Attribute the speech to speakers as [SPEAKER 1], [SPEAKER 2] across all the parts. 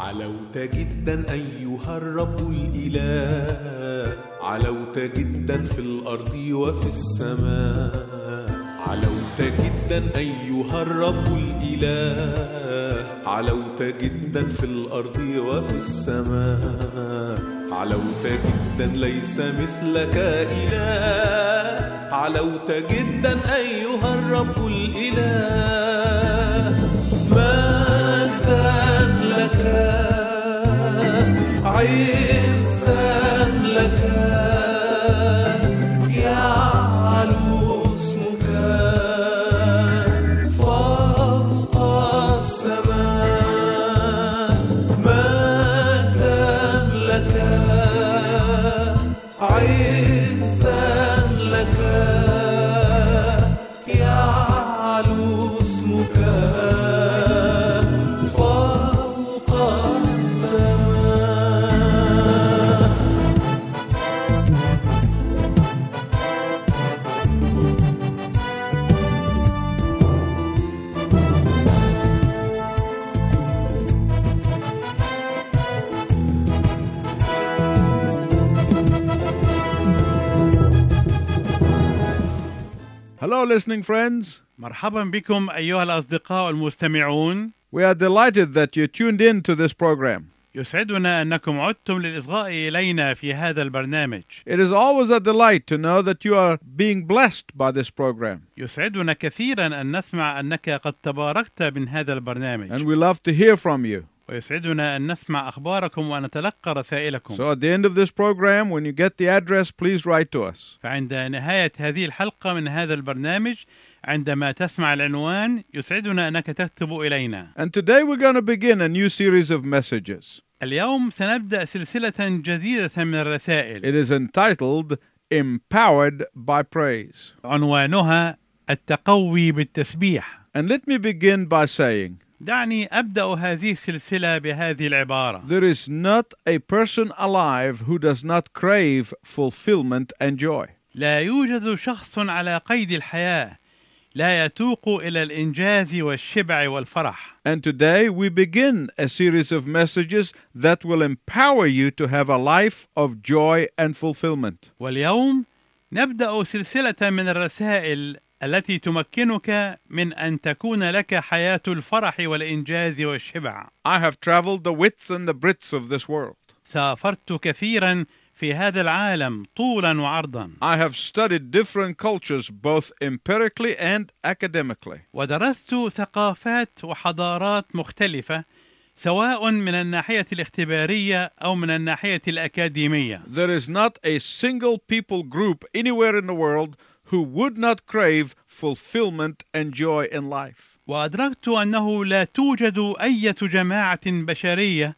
[SPEAKER 1] علوت جدا أيها الرب الإله علوت جدا في الأرض وفي السماء علوت جدا أيها الرب الإله علوت جدا في الأرض وفي السماء علوت جدا ليس مثلك إله علوت جدا أيها الرب الإله مجدا لك عزا لك يعلو اسمك فوق السماء مجدا لك عزا لك يعلو اسمك فوق السماء
[SPEAKER 2] Hello, listening friends.
[SPEAKER 3] مرحبا بكم أيها الأصدقاء المستمعون
[SPEAKER 2] We are delighted that you tuned in to this program.
[SPEAKER 3] يسعدنا أنكم عدتم للإصغاء إلينا في هذا البرنامج
[SPEAKER 2] It is always a delight to know that you are being blessed by this program,
[SPEAKER 3] يسعدنا كثيرا أن نسمع أنك قد تباركت من هذا
[SPEAKER 2] and
[SPEAKER 3] البرنامج
[SPEAKER 2] we love to hear from you.
[SPEAKER 3] ويسعدنا أن نسمع أخباركم ونتلقى رسائلكم
[SPEAKER 2] So, at the end of this program, when you get the address, please write to us.
[SPEAKER 3] فعند نهاية هذه الحلقة من هذا البرنامج عندما تسمع العنوان يسعدنا أنك تكتب إلينا
[SPEAKER 2] And today we're going to begin a new series of messages.
[SPEAKER 3] اليوم سنبدأ سلسلة جديدة من الرسائل
[SPEAKER 2] It is entitled Empowered by Praise.
[SPEAKER 3] عنوانها التقوي بالتسبيح
[SPEAKER 2] And let me begin by saying
[SPEAKER 3] دعني ابدا هذه السلسله بهذه العباره
[SPEAKER 2] there is not a person alive who does not crave fulfillment and joy.
[SPEAKER 3] لا يوجد شخص على قيد الحياه لا يتوق الى الانجاز والشبع والفرح
[SPEAKER 2] And today we begin a series of messages that will empower you to have a life of joy and fulfillment.
[SPEAKER 3] واليوم نبدا سلسله من الرسائل التي تمكنك من ان تكون لك حياه الفرح والانجاز والشبع
[SPEAKER 2] I have traveled the widths and the breadths of this world.
[SPEAKER 3] سافرت كثيرا في هذا العالم طولا وعرضا
[SPEAKER 2] I have studied different cultures both empirically and academically.
[SPEAKER 3] ودرست ثقافات وحضارات مختلفة سواء من الناحية الاختبارية أو من الناحية الأكاديمية
[SPEAKER 2] There is not a single people group anywhere in the world who would not crave fulfillment and joy in life.
[SPEAKER 3] وأدركت أنه لا توجد أي جماعة بشرية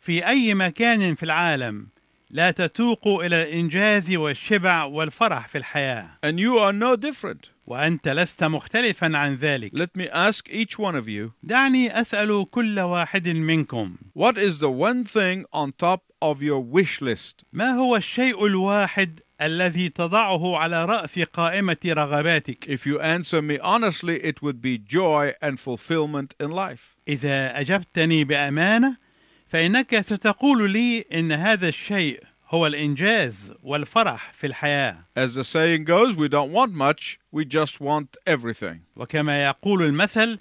[SPEAKER 3] في أي مكان في العالم لا تتوق إلى الإنجاز والشبع والفرح في الحياة
[SPEAKER 2] And you are no different.
[SPEAKER 3] وأنت لست مختلفا عن ذلك
[SPEAKER 2] Let me ask each one of you
[SPEAKER 3] دعني أسأل كل واحد منكم
[SPEAKER 2] what is the one thing on top of your wish list?
[SPEAKER 3] ما هو الشيء الواحد الذي تضعه على رأس قائمة رغباتك
[SPEAKER 2] If you answer me honestly, it would be joy and fulfillment in life.
[SPEAKER 3] إذا أجبتني بأمانة فإنك ستقول لي إن هذا الشيء هو الإنجاز والفرح في الحياة
[SPEAKER 2] As the saying goes, we don't want much, we just want everything.
[SPEAKER 3] وكما يقول المثل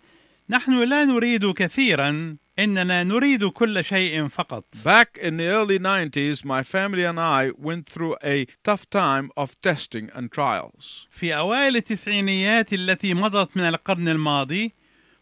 [SPEAKER 3] نحن لا نريد كثيرا إننا نريد كل شيء فقط
[SPEAKER 2] Back in the early 90s, my family and I went through a tough time of testing and trials.
[SPEAKER 3] في أوائل التسعينيات التي مضت من القرن الماضي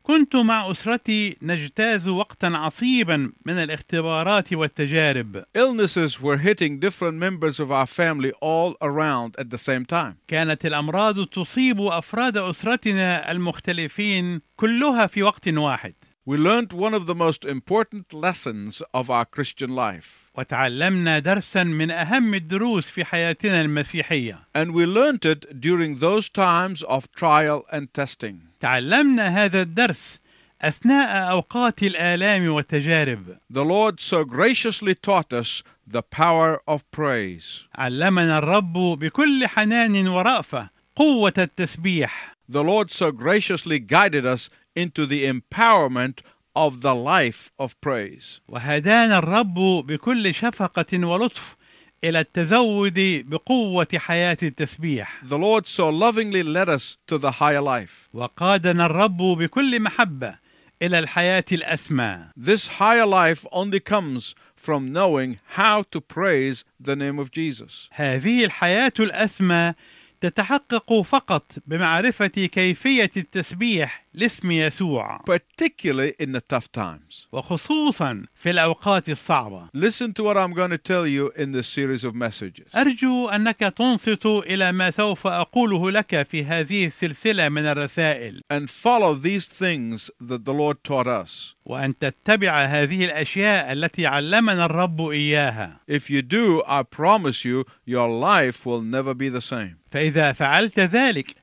[SPEAKER 3] كنت مع أسرتي نجتاز وقتا عصيبا من الاختبارات والتجارب
[SPEAKER 2] Illnesses were hitting different members of our family all around at the same time.
[SPEAKER 3] كانت الأمراض تصيب أفراد أسرتنا المختلفين كلها في وقت واحد
[SPEAKER 2] We learned one of the most important lessons of our Christian life,
[SPEAKER 3] وتعلمنا درسا من أهم الدروس في حياتنا المسيحية
[SPEAKER 2] and we learned it during those times of trial and testing.
[SPEAKER 3] تعلمنا هذا الدرس أثناء أوقات الآلام والتجارب
[SPEAKER 2] The Lord so graciously taught us the power of praise.
[SPEAKER 3] علمنا الرب بكل حنان ورأفة قوة التسبيح
[SPEAKER 2] The Lord so graciously guided us into the empowerment of the life of praise.
[SPEAKER 3] وهدانا الرب بكل شفقة ولطف إلى التزود بقوة حياة التسبيح
[SPEAKER 2] The Lord so lovingly led us to the higher life.
[SPEAKER 3] وقادنا الرب بكل محبة إلى الحياة الأسمى
[SPEAKER 2] This higher life only comes from knowing how to praise the name of Jesus.
[SPEAKER 3] هذه الحياة الأسمى تتحقق فقط بمعرفة كيفية التسبيح لاسم يسوع
[SPEAKER 2] particularly in the tough times.
[SPEAKER 3] وخصوصا في الأوقات الصعبة
[SPEAKER 2] Listen to what I'm going to tell you in this series of messages.
[SPEAKER 3] أرجو أنك تنصت إلى ما سوف أقوله لك في هذه السلسلة من الرسائل
[SPEAKER 2] And follow these things that the Lord taught us.
[SPEAKER 3] وأن تتبع هذه الأشياء التي علمنا الرب إياها
[SPEAKER 2] If you do, I promise you, your life will never be the same.
[SPEAKER 3] فإذا فعلت ذلك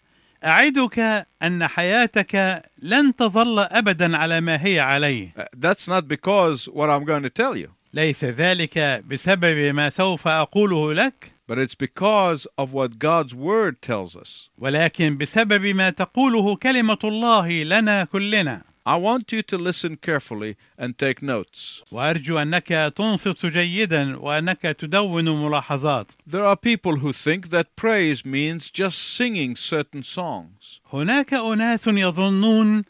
[SPEAKER 3] أعدك أن حياتك لن تظل أبدا على ما هي عليه
[SPEAKER 2] Uh, That's not because what I'm going to tell you,
[SPEAKER 3] ليس ذلك بسبب ما سوف أقوله لك
[SPEAKER 2] but it's because of what God's Word tells us.
[SPEAKER 3] ولكن بسبب ما تقوله كلمة الله لنا كلنا
[SPEAKER 2] I want you to listen carefully and take notes.
[SPEAKER 3] وأرجو أنك تنصت جيدا وأنك تدون ملاحظات
[SPEAKER 2] There are people who think that praise means just singing certain songs.
[SPEAKER 3] هناك أناس يظنون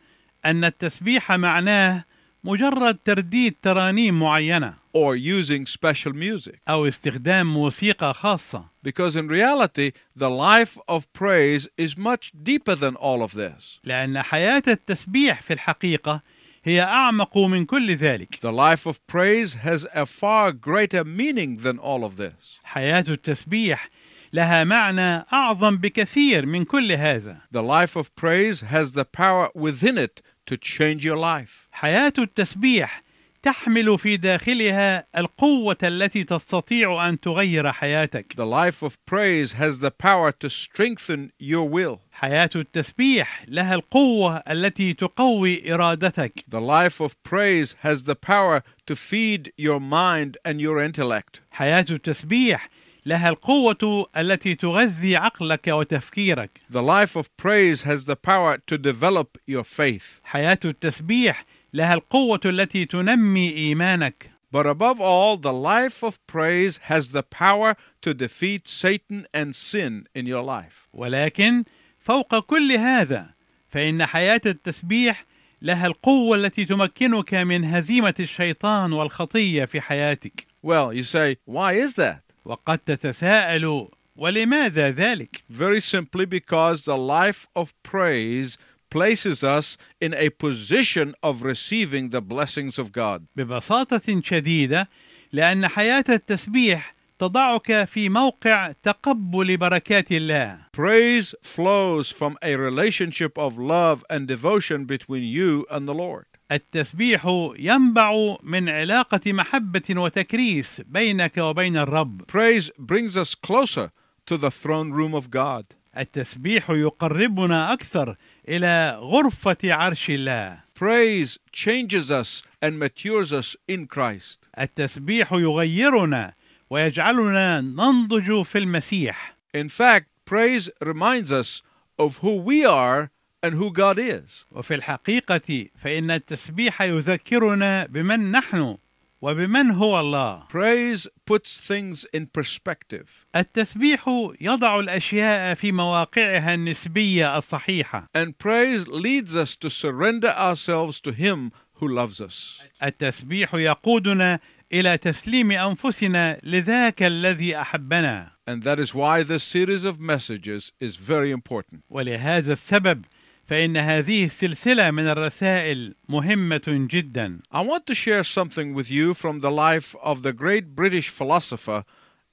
[SPEAKER 3] أن التسبيح معناه مجرد ترديد ترانيم معينة
[SPEAKER 2] or using special music.
[SPEAKER 3] أو استخدام موسيقى خاصة
[SPEAKER 2] Because in reality, the life of praise is much deeper than all of this.
[SPEAKER 3] لأن حياة التسبيح في الحقيقة هي أعمق من كل ذلك
[SPEAKER 2] The life of praise has a far greater meaning than all of this.
[SPEAKER 3] حياة التسبيح لها معنى أعظم بكثير من كل هذا
[SPEAKER 2] The life of praise has the power within it to change your life.
[SPEAKER 3] حياة التسبيح تحمل في داخلها القوة التي تستطيع أن تغير حياتك
[SPEAKER 2] The life of praise has the power to strengthen your will.
[SPEAKER 3] حياة التسبيح لها القوة التي تقوي إرادتك
[SPEAKER 2] The life of praise has the power to feed your mind and your intellect.
[SPEAKER 3] حياة التسبيح لها القوة التي تغذي عقلك وتفكيرك
[SPEAKER 2] The life of praise has the power to develop your faith.
[SPEAKER 3] حياة التسبيح لها القوة التي تنمي إيمانك
[SPEAKER 2] But above all, the life of praise has the power to defeat Satan and sin in your life.
[SPEAKER 3] ولكن فوق كل هذا فإن حياة التسبيح لها القوة التي تمكنك من هزيمة الشيطان والخطية في حياتك
[SPEAKER 2] Well, you say, why is that?
[SPEAKER 3] وقد تتساءل ولماذا ذلك؟
[SPEAKER 2] Very simply because the life of praise places us in a position of receiving the blessings of God.
[SPEAKER 3] ببساطة شديدة لأن حياة التسبيح تضعك في موقع تقبل بركات الله
[SPEAKER 2] Praise flows from a relationship of love and devotion between you and the Lord.
[SPEAKER 3] التسبيح ينبع من علاقة محبة وتكريس بينك وبين الرب
[SPEAKER 2] Praise brings us closer to the throne room of God.
[SPEAKER 3] التسبيح يقربنا أكثر إلى غرفة عرش الله
[SPEAKER 2] Praise changes us and matures us in Christ.
[SPEAKER 3] التسبيح يغيرنا ويجعلنا ننضج في المسيح
[SPEAKER 2] In fact, praise reminds us of who we are and who God is.
[SPEAKER 3] وفي الحقيقة فإن التسبيح يذكرنا بمن نحن وبمن هو الله
[SPEAKER 2] Praise puts things in perspective,
[SPEAKER 3] التسبيح يضع الأشياء في مواقعها النسبية الصحيحة
[SPEAKER 2] and praise leads us to surrender ourselves to Him who loves us.
[SPEAKER 3] التسبيح يقودنا إلى تسليم أنفسنا لذاك الذي أحبنا
[SPEAKER 2] And that is why this series of messages is very important.
[SPEAKER 3] ولهذا السبب فإن هذه السلسلة من الرسائل مهمة جدا
[SPEAKER 2] I want to share something with you from the life of the great British philosopher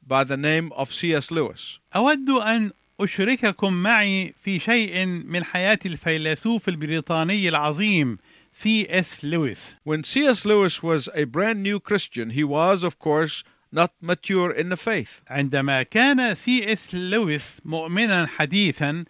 [SPEAKER 2] by the name of C.S. Lewis.
[SPEAKER 3] أود أن أشرككم معي في شيء من حياة الفيلسوف البريطاني العظيم سي اس لويس
[SPEAKER 2] When C.S. Lewis was a brand new Christian, he was, of course, not mature in the faith.
[SPEAKER 3] عندما كان سي اس لويس مؤمنا حديثا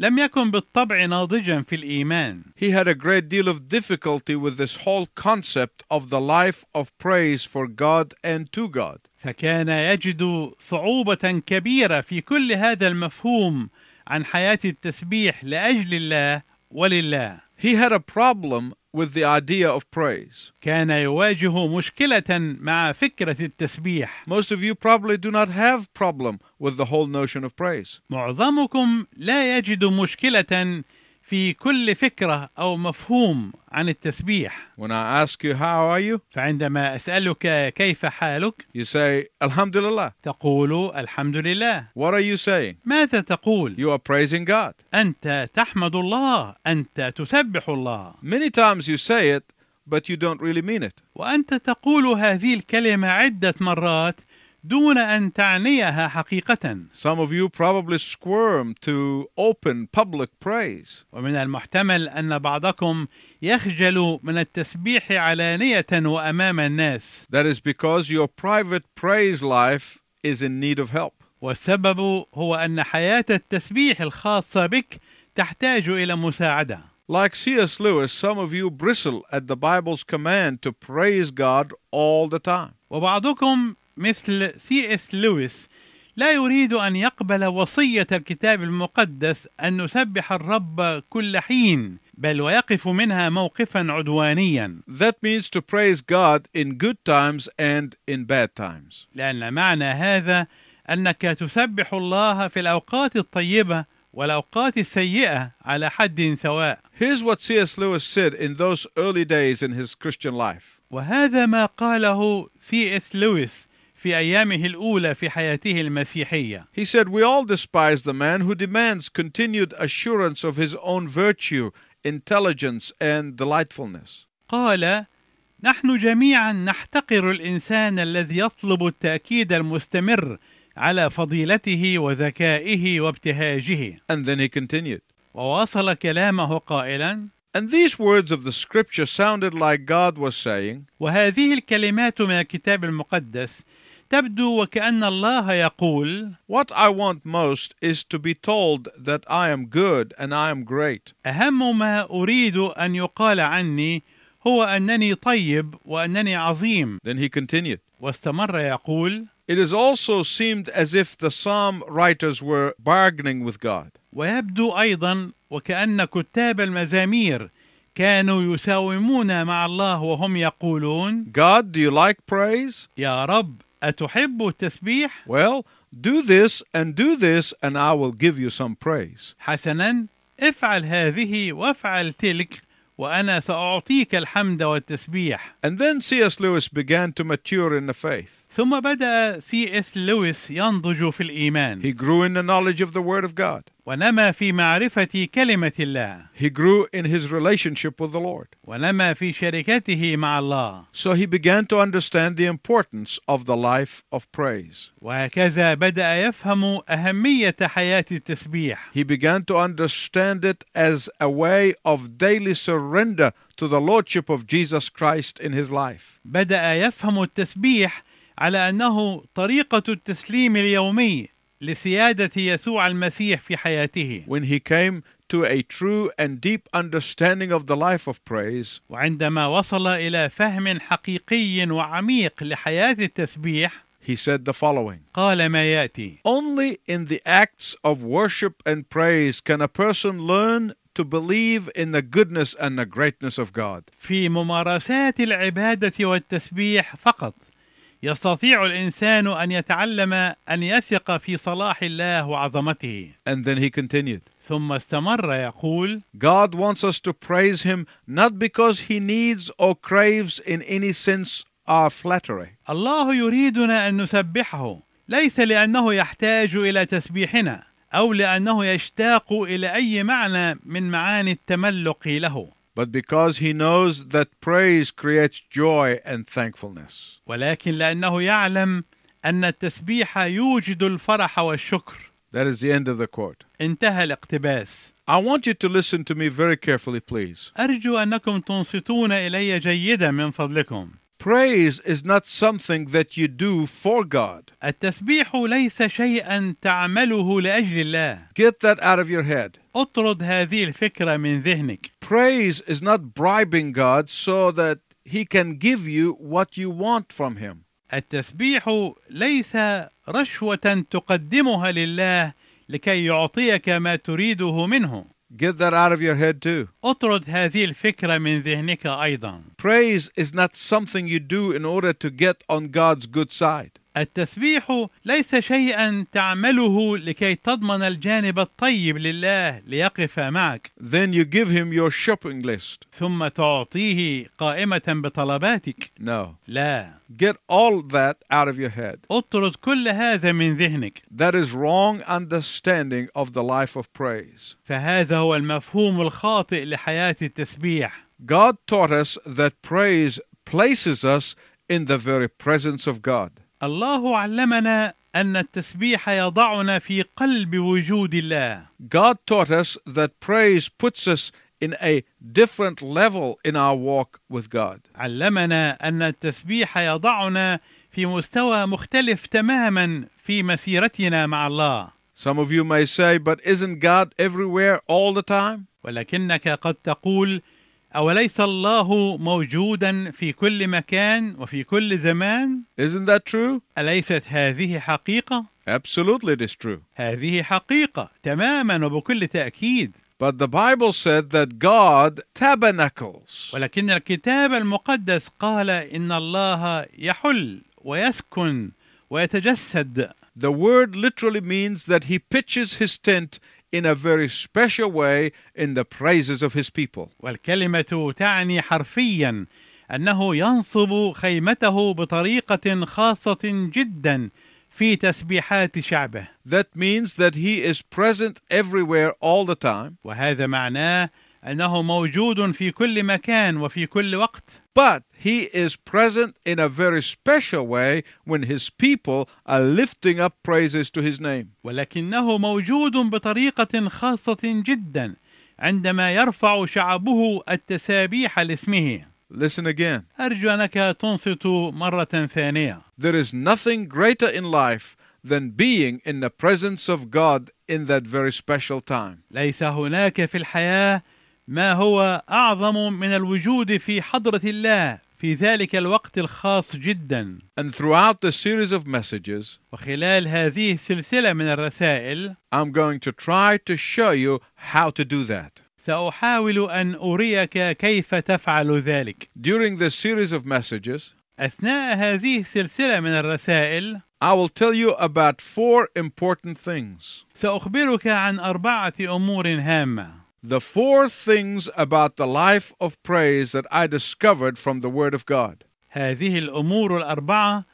[SPEAKER 3] لم يكن بالطبع ناضجا في الإيمان
[SPEAKER 2] He had a great deal of difficulty with this whole concept of the life of praise for God and to God.
[SPEAKER 3] فكان يجد صعوبة كبيرة في كل هذا المفهوم عن حياة التسبيح لأجل الله ولله
[SPEAKER 2] He had a problem with the idea of praise.
[SPEAKER 3] كان يواجه مشكلة مع فكرة التسبيح
[SPEAKER 2] Most of you probably do not have problem with the whole notion of praise.
[SPEAKER 3] معظمكم لا يجد مشكلة في كل فكرة أو مفهوم عن التسبيح
[SPEAKER 2] When I ask you how are you,
[SPEAKER 3] فعندما أسألك كيف حالك
[SPEAKER 2] you say alhamdulillah.
[SPEAKER 3] تقول الحمد لله
[SPEAKER 2] What are you saying?
[SPEAKER 3] ماذا تقول
[SPEAKER 2] You are praising God.
[SPEAKER 3] أنت تحمد الله أنت تسبح الله
[SPEAKER 2] Many times you say it but you don't really mean it.
[SPEAKER 3] وأنت تقول هذه الكلمة عدة مرات دون أن تعنيها حقيقة
[SPEAKER 2] Some of you probably squirm to open public praise.
[SPEAKER 3] ومن المحتمل أن بعضكم يخجل من التسبيح علانية وأمام الناس
[SPEAKER 2] That is because your private praise life is in need of help.
[SPEAKER 3] والسبب هو أن حياة التسبيح الخاصة بك تحتاج إلى مساعدة
[SPEAKER 2] Like C.S. Lewis, some of you bristle at the Bible's command to praise God all the time.
[SPEAKER 3] وبعضكم مثل سي اس لويس لا يريد أن يقبل وصية الكتاب المقدس أن نسبح الرب كل حين بل ويقف منها موقفا عدوانيا
[SPEAKER 2] That means to praise God in good times and in bad times.
[SPEAKER 3] لأن معنى هذا أنك تسبح الله في الأوقات الطيبة والأوقات السيئة على حد سواء
[SPEAKER 2] Here's what C.S. Lewis said in those early days in his Christian life
[SPEAKER 3] وهذا ما قاله سي اس لويس في أيامه الأولى في حياته المسيحية
[SPEAKER 2] He said, We all despise the man who demands continued assurance of his own virtue, intelligence, and delightfulness.
[SPEAKER 3] قال نحن جميعا نحتقر الانسان الذي يطلب التاكيد المستمر على فضيلته وذكائه وابتهاجه
[SPEAKER 2] And then he continued,
[SPEAKER 3] وواصل كلامه قائلا
[SPEAKER 2] And these words of the scripture sounded like God was saying,
[SPEAKER 3] وهذه الكلمات من الكتاب المقدس تبدو وكان الله يقول
[SPEAKER 2] What I want most is to be told that I am good and I am great.
[SPEAKER 3] اهم ما اريد ان يقال عني هو انني طيب وانني عظيم
[SPEAKER 2] Then he continued,
[SPEAKER 3] واستمر يقول
[SPEAKER 2] It is also seemed as if the psalm writers were bargaining with God.
[SPEAKER 3] ويبدو ايضا وكان كتاب المزامير كانوا يساومون مع الله وهم يقولون
[SPEAKER 2] God, do you like praise?
[SPEAKER 3] يا رب اتحب التسبيح
[SPEAKER 2] Well, do this and do this, and I will give you some praise.
[SPEAKER 3] حسنا افعل هذه وافعل تلك وانا ساعطيك الحمد والتسبيح
[SPEAKER 2] And then C.S. Lewis began to mature in the faith.
[SPEAKER 3] ثم بدا سي اس لويس ينضج في الايمان
[SPEAKER 2] He grew in the knowledge of the Word of God.
[SPEAKER 3] ونما في معرفه كلمه الله
[SPEAKER 2] He grew in his relationship with the Lord.
[SPEAKER 3] ونما في شركته مع الله
[SPEAKER 2] So he began to understand the importance of the life of praise.
[SPEAKER 3] وهكذا بدا يفهم اهميه حياه التسبيح
[SPEAKER 2] He began to understand it as a way of daily surrender to the Lordship of Jesus Christ in his life.
[SPEAKER 3] بدأ يفهم التسبيح على أنه طريقة التسليم اليومي لسيادة يسوع المسيح في حياته
[SPEAKER 2] When he came to a true and deep understanding of the life of praise,
[SPEAKER 3] وعندما وصل إلى فهم حقيقي وعميق لحياة التسبيح
[SPEAKER 2] he said the following
[SPEAKER 3] قال ما يأتي
[SPEAKER 2] Only in the acts of worship and praise can a person learn to believe in the goodness and the greatness of God.
[SPEAKER 3] في ممارسات العبادة والتسبيح فقط يستطيع الإنسان أن يتعلم أن يثق في صلاح الله وعظمته
[SPEAKER 2] And then he continued
[SPEAKER 3] ثم استمر يقول
[SPEAKER 2] God wants us to praise him not because he needs or craves in any sense our flattery.
[SPEAKER 3] الله يريدنا أن نسبحه ليس لأنه يحتاج إلى تسبيحنا أو لأنه يشتاق إلى أي معنى من معاني التملق له
[SPEAKER 2] but because he knows that praise creates joy and thankfulness.
[SPEAKER 3] ولكن لأنه يعلم أن التسبيح يوجد الفرح والشكر
[SPEAKER 2] That is the end of the quote.
[SPEAKER 3] انتهى الاقتباس
[SPEAKER 2] I want you to listen to me very carefully, please.
[SPEAKER 3] أرجو أنكم تنصتون إلي جيدا من فضلكم
[SPEAKER 2] Praise is not something that you do for God.
[SPEAKER 3] التسبيح ليس شيئا تعمله لأجل الله
[SPEAKER 2] Get that out of your head.
[SPEAKER 3] اطرد هذه الفكرة من ذهنك
[SPEAKER 2] Praise is not bribing God so that he can give you what you want from him.
[SPEAKER 3] التسبيح ليس رشوة تقدمها لله لكي يعطيك ما تريده منه،
[SPEAKER 2] Get that out of your head too.
[SPEAKER 3] اطرد هذه الفكرة من ذهنك أيضا
[SPEAKER 2] Praise is not something you do in order to get on God's good side.
[SPEAKER 3] التسبيح ليس شيئا تعمله لكي تضمن الجانب الطيب لله ليقف معك
[SPEAKER 2] Then you give him your shopping list.
[SPEAKER 3] ثم تعطيه قائمة بطلباتك
[SPEAKER 2] No.
[SPEAKER 3] لا
[SPEAKER 2] Get all that out of your head.
[SPEAKER 3] اطرد كل هذا من ذهنك
[SPEAKER 2] That is wrong understanding of the life of praise.
[SPEAKER 3] فهذا هو المفهوم الخاطئ لحياة التسبيح
[SPEAKER 2] God taught us that praise places us in the very presence of God.
[SPEAKER 3] الله علمنا أن التسبيح يضعنا في قلب وجود الله
[SPEAKER 2] God taught us that praise puts us in a different level in our walk with God.
[SPEAKER 3] علمنا أن التسبيح يضعنا في مستوى مختلف تماما في مسيرتنا مع الله
[SPEAKER 2] Some of you may say, but isn't God everywhere all the time?
[SPEAKER 3] ولكنك قد تقول أوليس الله موجودا في كل مكان وفي كل زمان؟
[SPEAKER 2] Isn't that true?
[SPEAKER 3] أليست هذه حقيقة؟
[SPEAKER 2] Absolutely, it is true.
[SPEAKER 3] هذه حقيقة تماما وبكل تأكيد
[SPEAKER 2] But the Bible said that God tabernacles.
[SPEAKER 3] ولكن الكتاب المقدس قال إن الله يحل ويسكن ويتجسد
[SPEAKER 2] The word literally means that he pitches his tent in a very special way in the praises of his people.
[SPEAKER 3] والكلمة تعني حرفيا أنه ينصب خيمته بطريقة خاصة جدا في تسبيحات شعبه
[SPEAKER 2] That means that he is present everywhere all the time,
[SPEAKER 3] وهذا معناه أنه موجود في كل مكان وفي كل وقت
[SPEAKER 2] but he is present in a very special way when his people are lifting up praises to his name.
[SPEAKER 3] ولكنه موجود بطريقة خاصة جدا عندما يرفع شعبه التسابيح لاسمه
[SPEAKER 2] Listen again.
[SPEAKER 3] أرجو أنك تنصت مرة ثانية
[SPEAKER 2] There is nothing greater in life than being in the presence of God in that very special time.
[SPEAKER 3] ليس هناك في الحياة ما هو أعظم من الوجود في حضرة الله في ذلك الوقت الخاص جدا
[SPEAKER 2] And throughout the series of messages,
[SPEAKER 3] وخلال هذه السلسلة من الرسائل
[SPEAKER 2] I'm going to try to show you how to do that.
[SPEAKER 3] سأحاول أن أريك كيف تفعل ذلك
[SPEAKER 2] During this series of messages,
[SPEAKER 3] أثناء هذه السلسلة من الرسائل
[SPEAKER 2] I will tell you about four important things.
[SPEAKER 3] سأخبرك عن أربعة أمور هامة
[SPEAKER 2] The four things about the life of praise that I discovered from the Word of God.
[SPEAKER 3] هذه الأمور الأربعة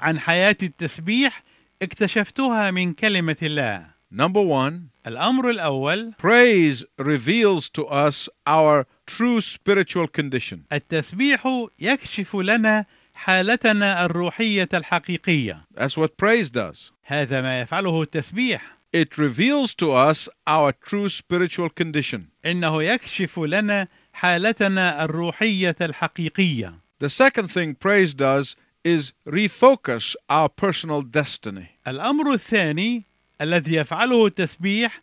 [SPEAKER 3] عن حياة التسبيح اكتشفتها من كلمة الله
[SPEAKER 2] Number one,
[SPEAKER 3] الأمر الأول
[SPEAKER 2] praise reveals to us our true spiritual condition.
[SPEAKER 3] التسبيح يكشف لنا حالتنا الروحية الحقيقية
[SPEAKER 2] That's what praise does.
[SPEAKER 3] هذا ما يفعله التسبيح
[SPEAKER 2] It reveals to us our true spiritual condition.
[SPEAKER 3] إنه يكشف لنا حالتنا الروحية الحقيقية
[SPEAKER 2] The second thing praise does is refocus our personal destiny.
[SPEAKER 3] الأمر الثاني الذي يفعله التسبيح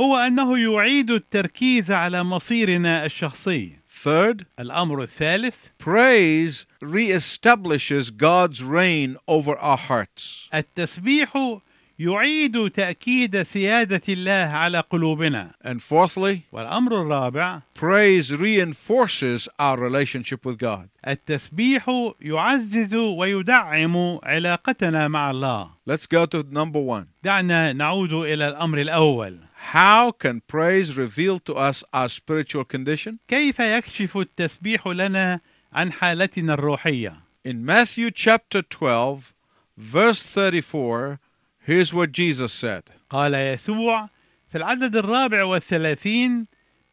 [SPEAKER 3] هو أنه يعيد التركيز على مصيرنا الشخصي
[SPEAKER 2] Third,
[SPEAKER 3] الأمر الثالث
[SPEAKER 2] praise reestablishes God's reign over our hearts.
[SPEAKER 3] التسبيح يعيد تأكيد سيادة الله على قلوبنا
[SPEAKER 2] And fourthly,
[SPEAKER 3] والأمر الرابع
[SPEAKER 2] praise reinforces our relationship with God.
[SPEAKER 3] التسبيح يعزز ويدعم علاقتنا مع الله
[SPEAKER 2] Let's go to number one.
[SPEAKER 3] دعنا نعود إلى الأمر الأول
[SPEAKER 2] How can praise reveal to us our spiritual condition?
[SPEAKER 3] كيف يكشف التسبيح لنا عن حالتنا الروحية
[SPEAKER 2] In Matthew chapter 12, verse 34, here's what Jesus said
[SPEAKER 3] قال يسوع في العدد الرابع والثلاثين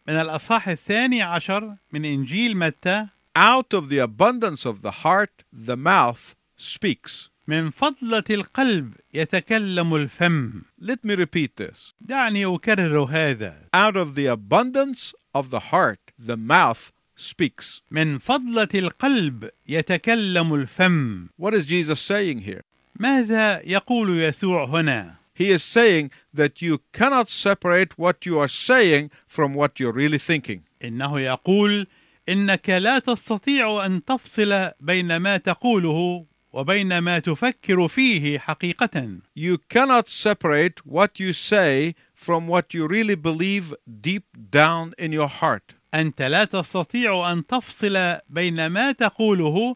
[SPEAKER 3] من الأصحاح الثاني عشر من إنجيل متى
[SPEAKER 2] Out of the abundance of the heart, the mouth speaks.
[SPEAKER 3] من فضلة القلب يتكلم الفم
[SPEAKER 2] Let me repeat this.
[SPEAKER 3] دعني أكرر هذا
[SPEAKER 2] Out of the abundance of the heart, the mouth speaks.
[SPEAKER 3] من فضلة القلب يتكلم الفم
[SPEAKER 2] What is Jesus saying here?
[SPEAKER 3] ماذا يقول يسوع هنا
[SPEAKER 2] He is saying that you cannot separate what you are saying from what you're really thinking.
[SPEAKER 3] إنه يقول إنك لا تستطيع أن تفصل بين ما تقوله وبين ما تفكر فيه حقيقة
[SPEAKER 2] You cannot separate what you say from what you really believe deep down in your heart.
[SPEAKER 3] أنت لا تستطيع أن تفصل بين ما تقوله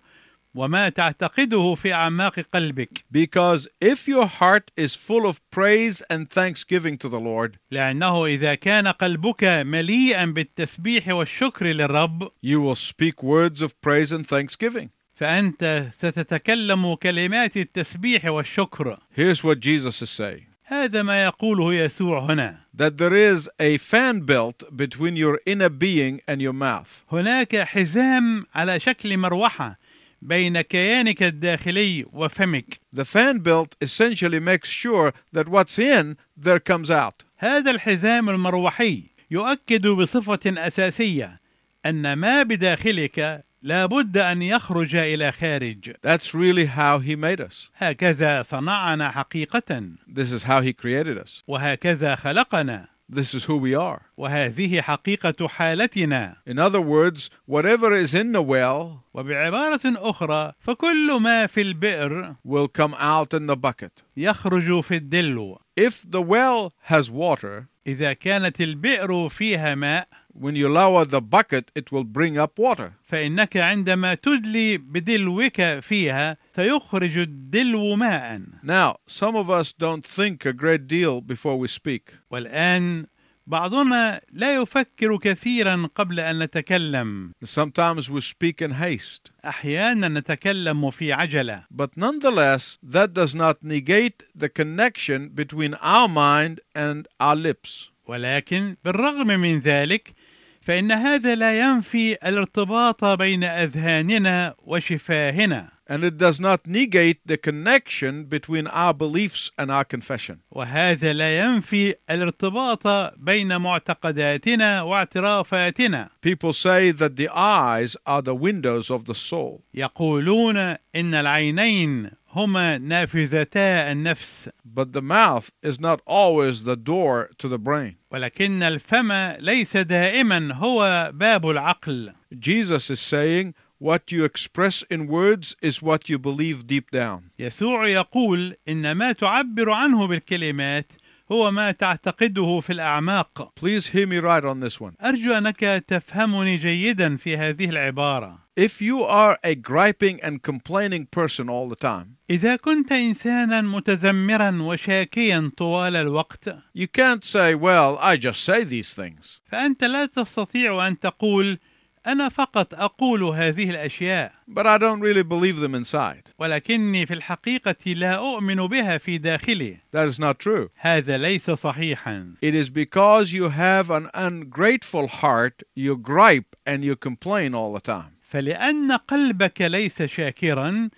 [SPEAKER 3] وما تعتقده في أعماق قلبك
[SPEAKER 2] Because if your heart is full of praise and thanksgiving to the Lord,
[SPEAKER 3] لأنه إذا كان قلبك مليئا بالتسبيح والشكر للرب
[SPEAKER 2] you will speak words of praise and thanksgiving.
[SPEAKER 3] فأنت ستتكلم كلمات التسبيح والشكر
[SPEAKER 2] Here's what Jesus is saying
[SPEAKER 3] هذا ما يقوله يسوع هنا
[SPEAKER 2] that there is a fan belt between your inner being and your mouth.
[SPEAKER 3] هناك حزام على شكل مروحة بين كيانك الداخلي وفمك
[SPEAKER 2] The fan belt essentially makes sure that what's in there comes out.
[SPEAKER 3] هذا الحزام المروحي يؤكد بصفة أساسية أن ما بداخلك لا بد أن يخرج إلى خارج
[SPEAKER 2] That's really how He made us.
[SPEAKER 3] هكذا صنعنا حقيقة
[SPEAKER 2] This is how He created us.
[SPEAKER 3] وهكذا خلقنا
[SPEAKER 2] This is who we are.
[SPEAKER 3] وهذه حقيقة حالتنا
[SPEAKER 2] In other words, whatever is in the well
[SPEAKER 3] وبعبارة أخرى فكل ما في البئر
[SPEAKER 2] will come out in the bucket.
[SPEAKER 3] يخرج في الدلو
[SPEAKER 2] If the well has water,
[SPEAKER 3] إذا كانت البئر فيها ماء
[SPEAKER 2] when you lower the bucket, it will bring up water.
[SPEAKER 3] فإنك عندما تدلي بدلوك فيها سيخرج الدلو ماء
[SPEAKER 2] Now, some of us don't think a great deal before we speak.
[SPEAKER 3] والآن بعضنا لا يفكر كثيرا قبل أن نتكلم
[SPEAKER 2] Sometimes we speak in haste.
[SPEAKER 3] أحيانا نتكلم في عجلة
[SPEAKER 2] But nonetheless, that does not negate the connection between our mind and our lips.
[SPEAKER 3] ولكن بالرغم من ذلك فإن هذا لا ينفي الارتباط بين أذهاننا وشفاهنا
[SPEAKER 2] And it does not negate the connection between our beliefs and our confession.
[SPEAKER 3] وهذا لا ينفي الارتباط بين معتقداتنا واعترافاتنا
[SPEAKER 2] People say that the eyes are the windows of the soul.
[SPEAKER 3] يقولون إن العينين هما نافذتا النفس
[SPEAKER 2] But the mouth is not always the door to the brain.
[SPEAKER 3] ولكن الفم ليس دائما هو باب العقل
[SPEAKER 2] Jesus is saying, What you express in words is what you believe deep down.
[SPEAKER 3] يسوع يقول إن ما تعبر عنه بالكلمات هو ما تعتقده في الأعماق
[SPEAKER 2] Please hear me right on this one.
[SPEAKER 3] أرجو أنك تفهمني جيدا في هذه العبارة
[SPEAKER 2] If you are a griping and complaining person all the time,
[SPEAKER 3] إذا كنت إنسانا متذمرا وشاكيا طوال الوقت
[SPEAKER 2] you can't say, Well, I just say these things.
[SPEAKER 3] فأنت لا تستطيع أن تقول أنا فقط أقول هذه الأشياء
[SPEAKER 2] But I don't really believe them inside.
[SPEAKER 3] ولكني في الحقيقة لا أؤمن بها في داخلي
[SPEAKER 2] That is not true.
[SPEAKER 3] هذا ليس صحيحا
[SPEAKER 2] It is because you have an ungrateful heart, you gripe and you complain all the time.
[SPEAKER 3] فلأن قلبك ليس شاكرا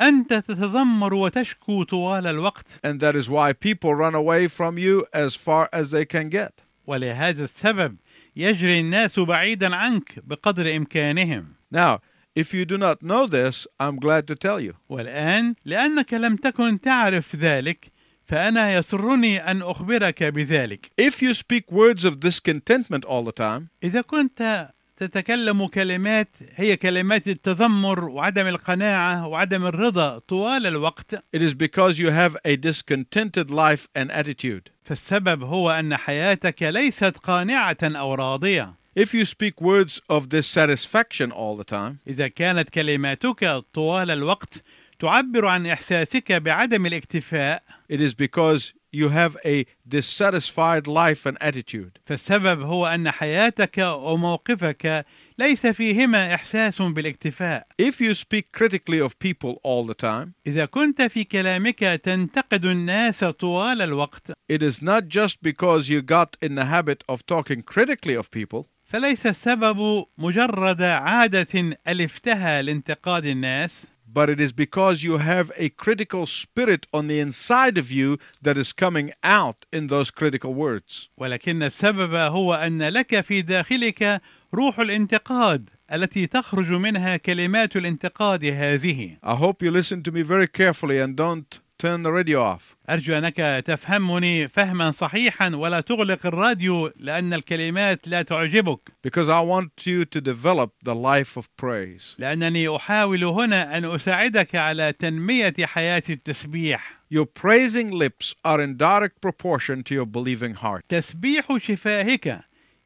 [SPEAKER 3] أنت تتذمر وتشكو طوال الوقت
[SPEAKER 2] And that is why people run away from you as far as they can get.
[SPEAKER 3] ولهذا السبب يجري الناس بعيدا عنك بقدر إمكانهم
[SPEAKER 2] Now, if you do not know this, I'm glad to tell you.
[SPEAKER 3] والآن لأنك لم تكن تعرف ذلك فأنا يسرني أن أخبرك بذلك
[SPEAKER 2] If you speak words of discontentment all the time,
[SPEAKER 3] إذا كنت تتكلم كلمات هي كلمات التذمر وعدم القناعة وعدم الرضا طوال الوقت
[SPEAKER 2] it is because you have a discontented life and attitude.
[SPEAKER 3] فالسبب هو أن حياتك ليست قانعة أو راضية
[SPEAKER 2] If you speak words of dissatisfaction all the time,
[SPEAKER 3] إذا كانت كلماتك طوال الوقت تعبر عن إحساسك بعدم الاكتفاء
[SPEAKER 2] it is because you have a dissatisfied life and attitude.
[SPEAKER 3] فالسبب هو أن حياتك وموقفك ليس فيهما إحساس بالاكتفاء
[SPEAKER 2] If you speak critically of people all the time,
[SPEAKER 3] إذا كنت في كلامك تنتقد الناس طوال الوقت
[SPEAKER 2] it is not just because you got in the habit of talking critically of people,
[SPEAKER 3] فليس السبب مجرد عادة ألفتها لانتقاد الناس
[SPEAKER 2] but it is because you have a critical spirit on the inside of you that is coming out in those critical words.
[SPEAKER 3] ولكن السبب هو أن لك في داخلك روح الانتقاد التي تخرج منها كلمات الانتقاد هذه
[SPEAKER 2] I hope you listen to me very carefully and don't turn the radio off.
[SPEAKER 3] أرجو أنك تفهمني فهما صحيحا ولا تغلق الراديو لأن الكلمات لا تعجبك
[SPEAKER 2] because I want you to develop the life of praise.
[SPEAKER 3] لأنني أحاول هنا أن أساعدك على تنمية حياة التسبيح
[SPEAKER 2] Your praising lips are in direct proportion to your believing heart.
[SPEAKER 3] تسبيح شفاهك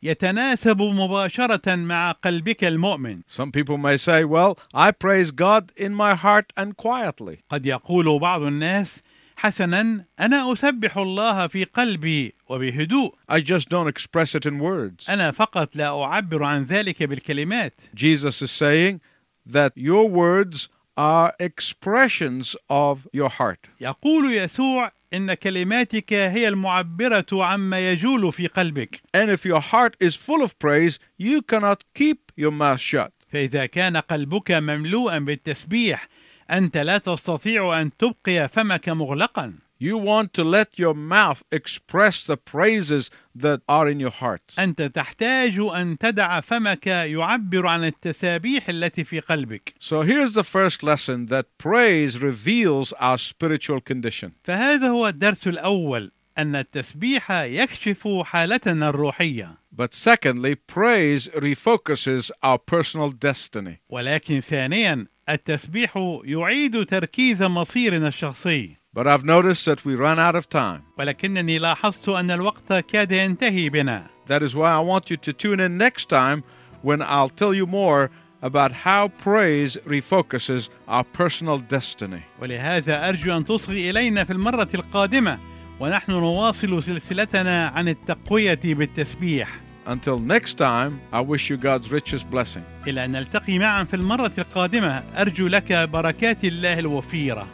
[SPEAKER 3] يتناسب مباشرة مع قلبك المؤمن
[SPEAKER 2] Some people may say, Well, I praise God in my heart and quietly.
[SPEAKER 3] قد يقول بعض الناس حسنا أنا أسبح الله في قلبي وبهدوء
[SPEAKER 2] I just don't express it in words.
[SPEAKER 3] أنا فقط لا أعبر عن ذلك بالكلمات
[SPEAKER 2] Jesus is saying that your words are expressions of your heart.
[SPEAKER 3] يقول يسوع إن كلماتك هي المعبرة عما يجول في قلبك
[SPEAKER 2] And if your heart is full of praise, you cannot keep your mouth shut.
[SPEAKER 3] فإذا كان قلبك مملوءا بالتسبيح أنت لا تستطيع أن تبقي فمك مغلقا
[SPEAKER 2] You want to let your mouth express the praises that are in your heart.
[SPEAKER 3] أنت تحتاج أن تدع فمك يعبر عن التسابيح التي في قلبك
[SPEAKER 2] So here's the first lesson that praise reveals our spiritual condition.
[SPEAKER 3] فهذا هو الدرس الأول أن التسبيح يكشف حالتنا الروحية
[SPEAKER 2] But secondly, praise refocuses our personal destiny.
[SPEAKER 3] ولكن ثانيا التسبيح يعيد تركيز مصيرنا الشخصي
[SPEAKER 2] But I've noticed that we run out of time.
[SPEAKER 3] ولكنني لاحظت أن الوقت كاد ينتهي بنا
[SPEAKER 2] That is why I want you to tune in next time when I'll tell you more about how praise refocuses our personal destiny.
[SPEAKER 3] ولهذا أرجو أن تصغي إلينا في المرة القادمة ونحن نواصل سلسلتنا عن التقوية بالتسبيح
[SPEAKER 2] Until next time, I wish you God's richest blessing.
[SPEAKER 3] إلى أن نلتقي معا في المرة القادمة أرجو لك بركات الله الوفيرة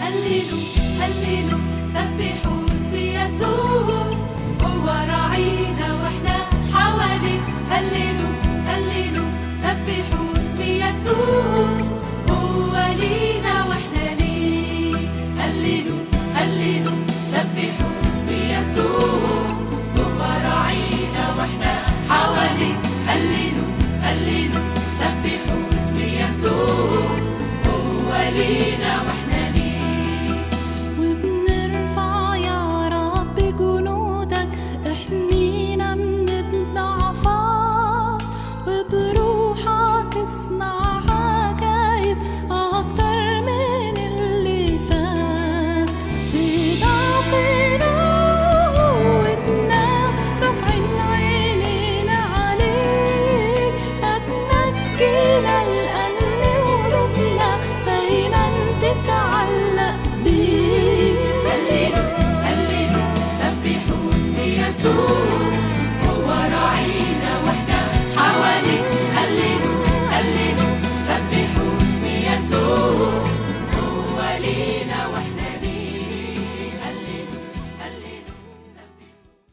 [SPEAKER 4] هللوا هللوا سبحوا اسم يسوع هو راعينا واحنا حواليه هللوا هللوا سبحوا اسم يسوع هو لينا واحنا ليه هللوا هللوا سبحوا اسم يسوع هو راعينا واحنا حواليه هللوا هللوا سبحوا اسم يسوع هو لينا واحنا ليه
[SPEAKER 5] وبنرفع يا رب جنودك احمينا من الضعفات وبروحك اصنع عجايب أكتر من اللي فات في ضعفنا وقوتنا رافعين عينينا عليك هتنجينا لأن قلوبنا دايما تتعلق بيك
[SPEAKER 4] هللوا هللوا سبحوا اسم يسوع هو راعينا واحنا حواليه هللوا هللوا سبحوا اسم يسوع هو لينا واحنا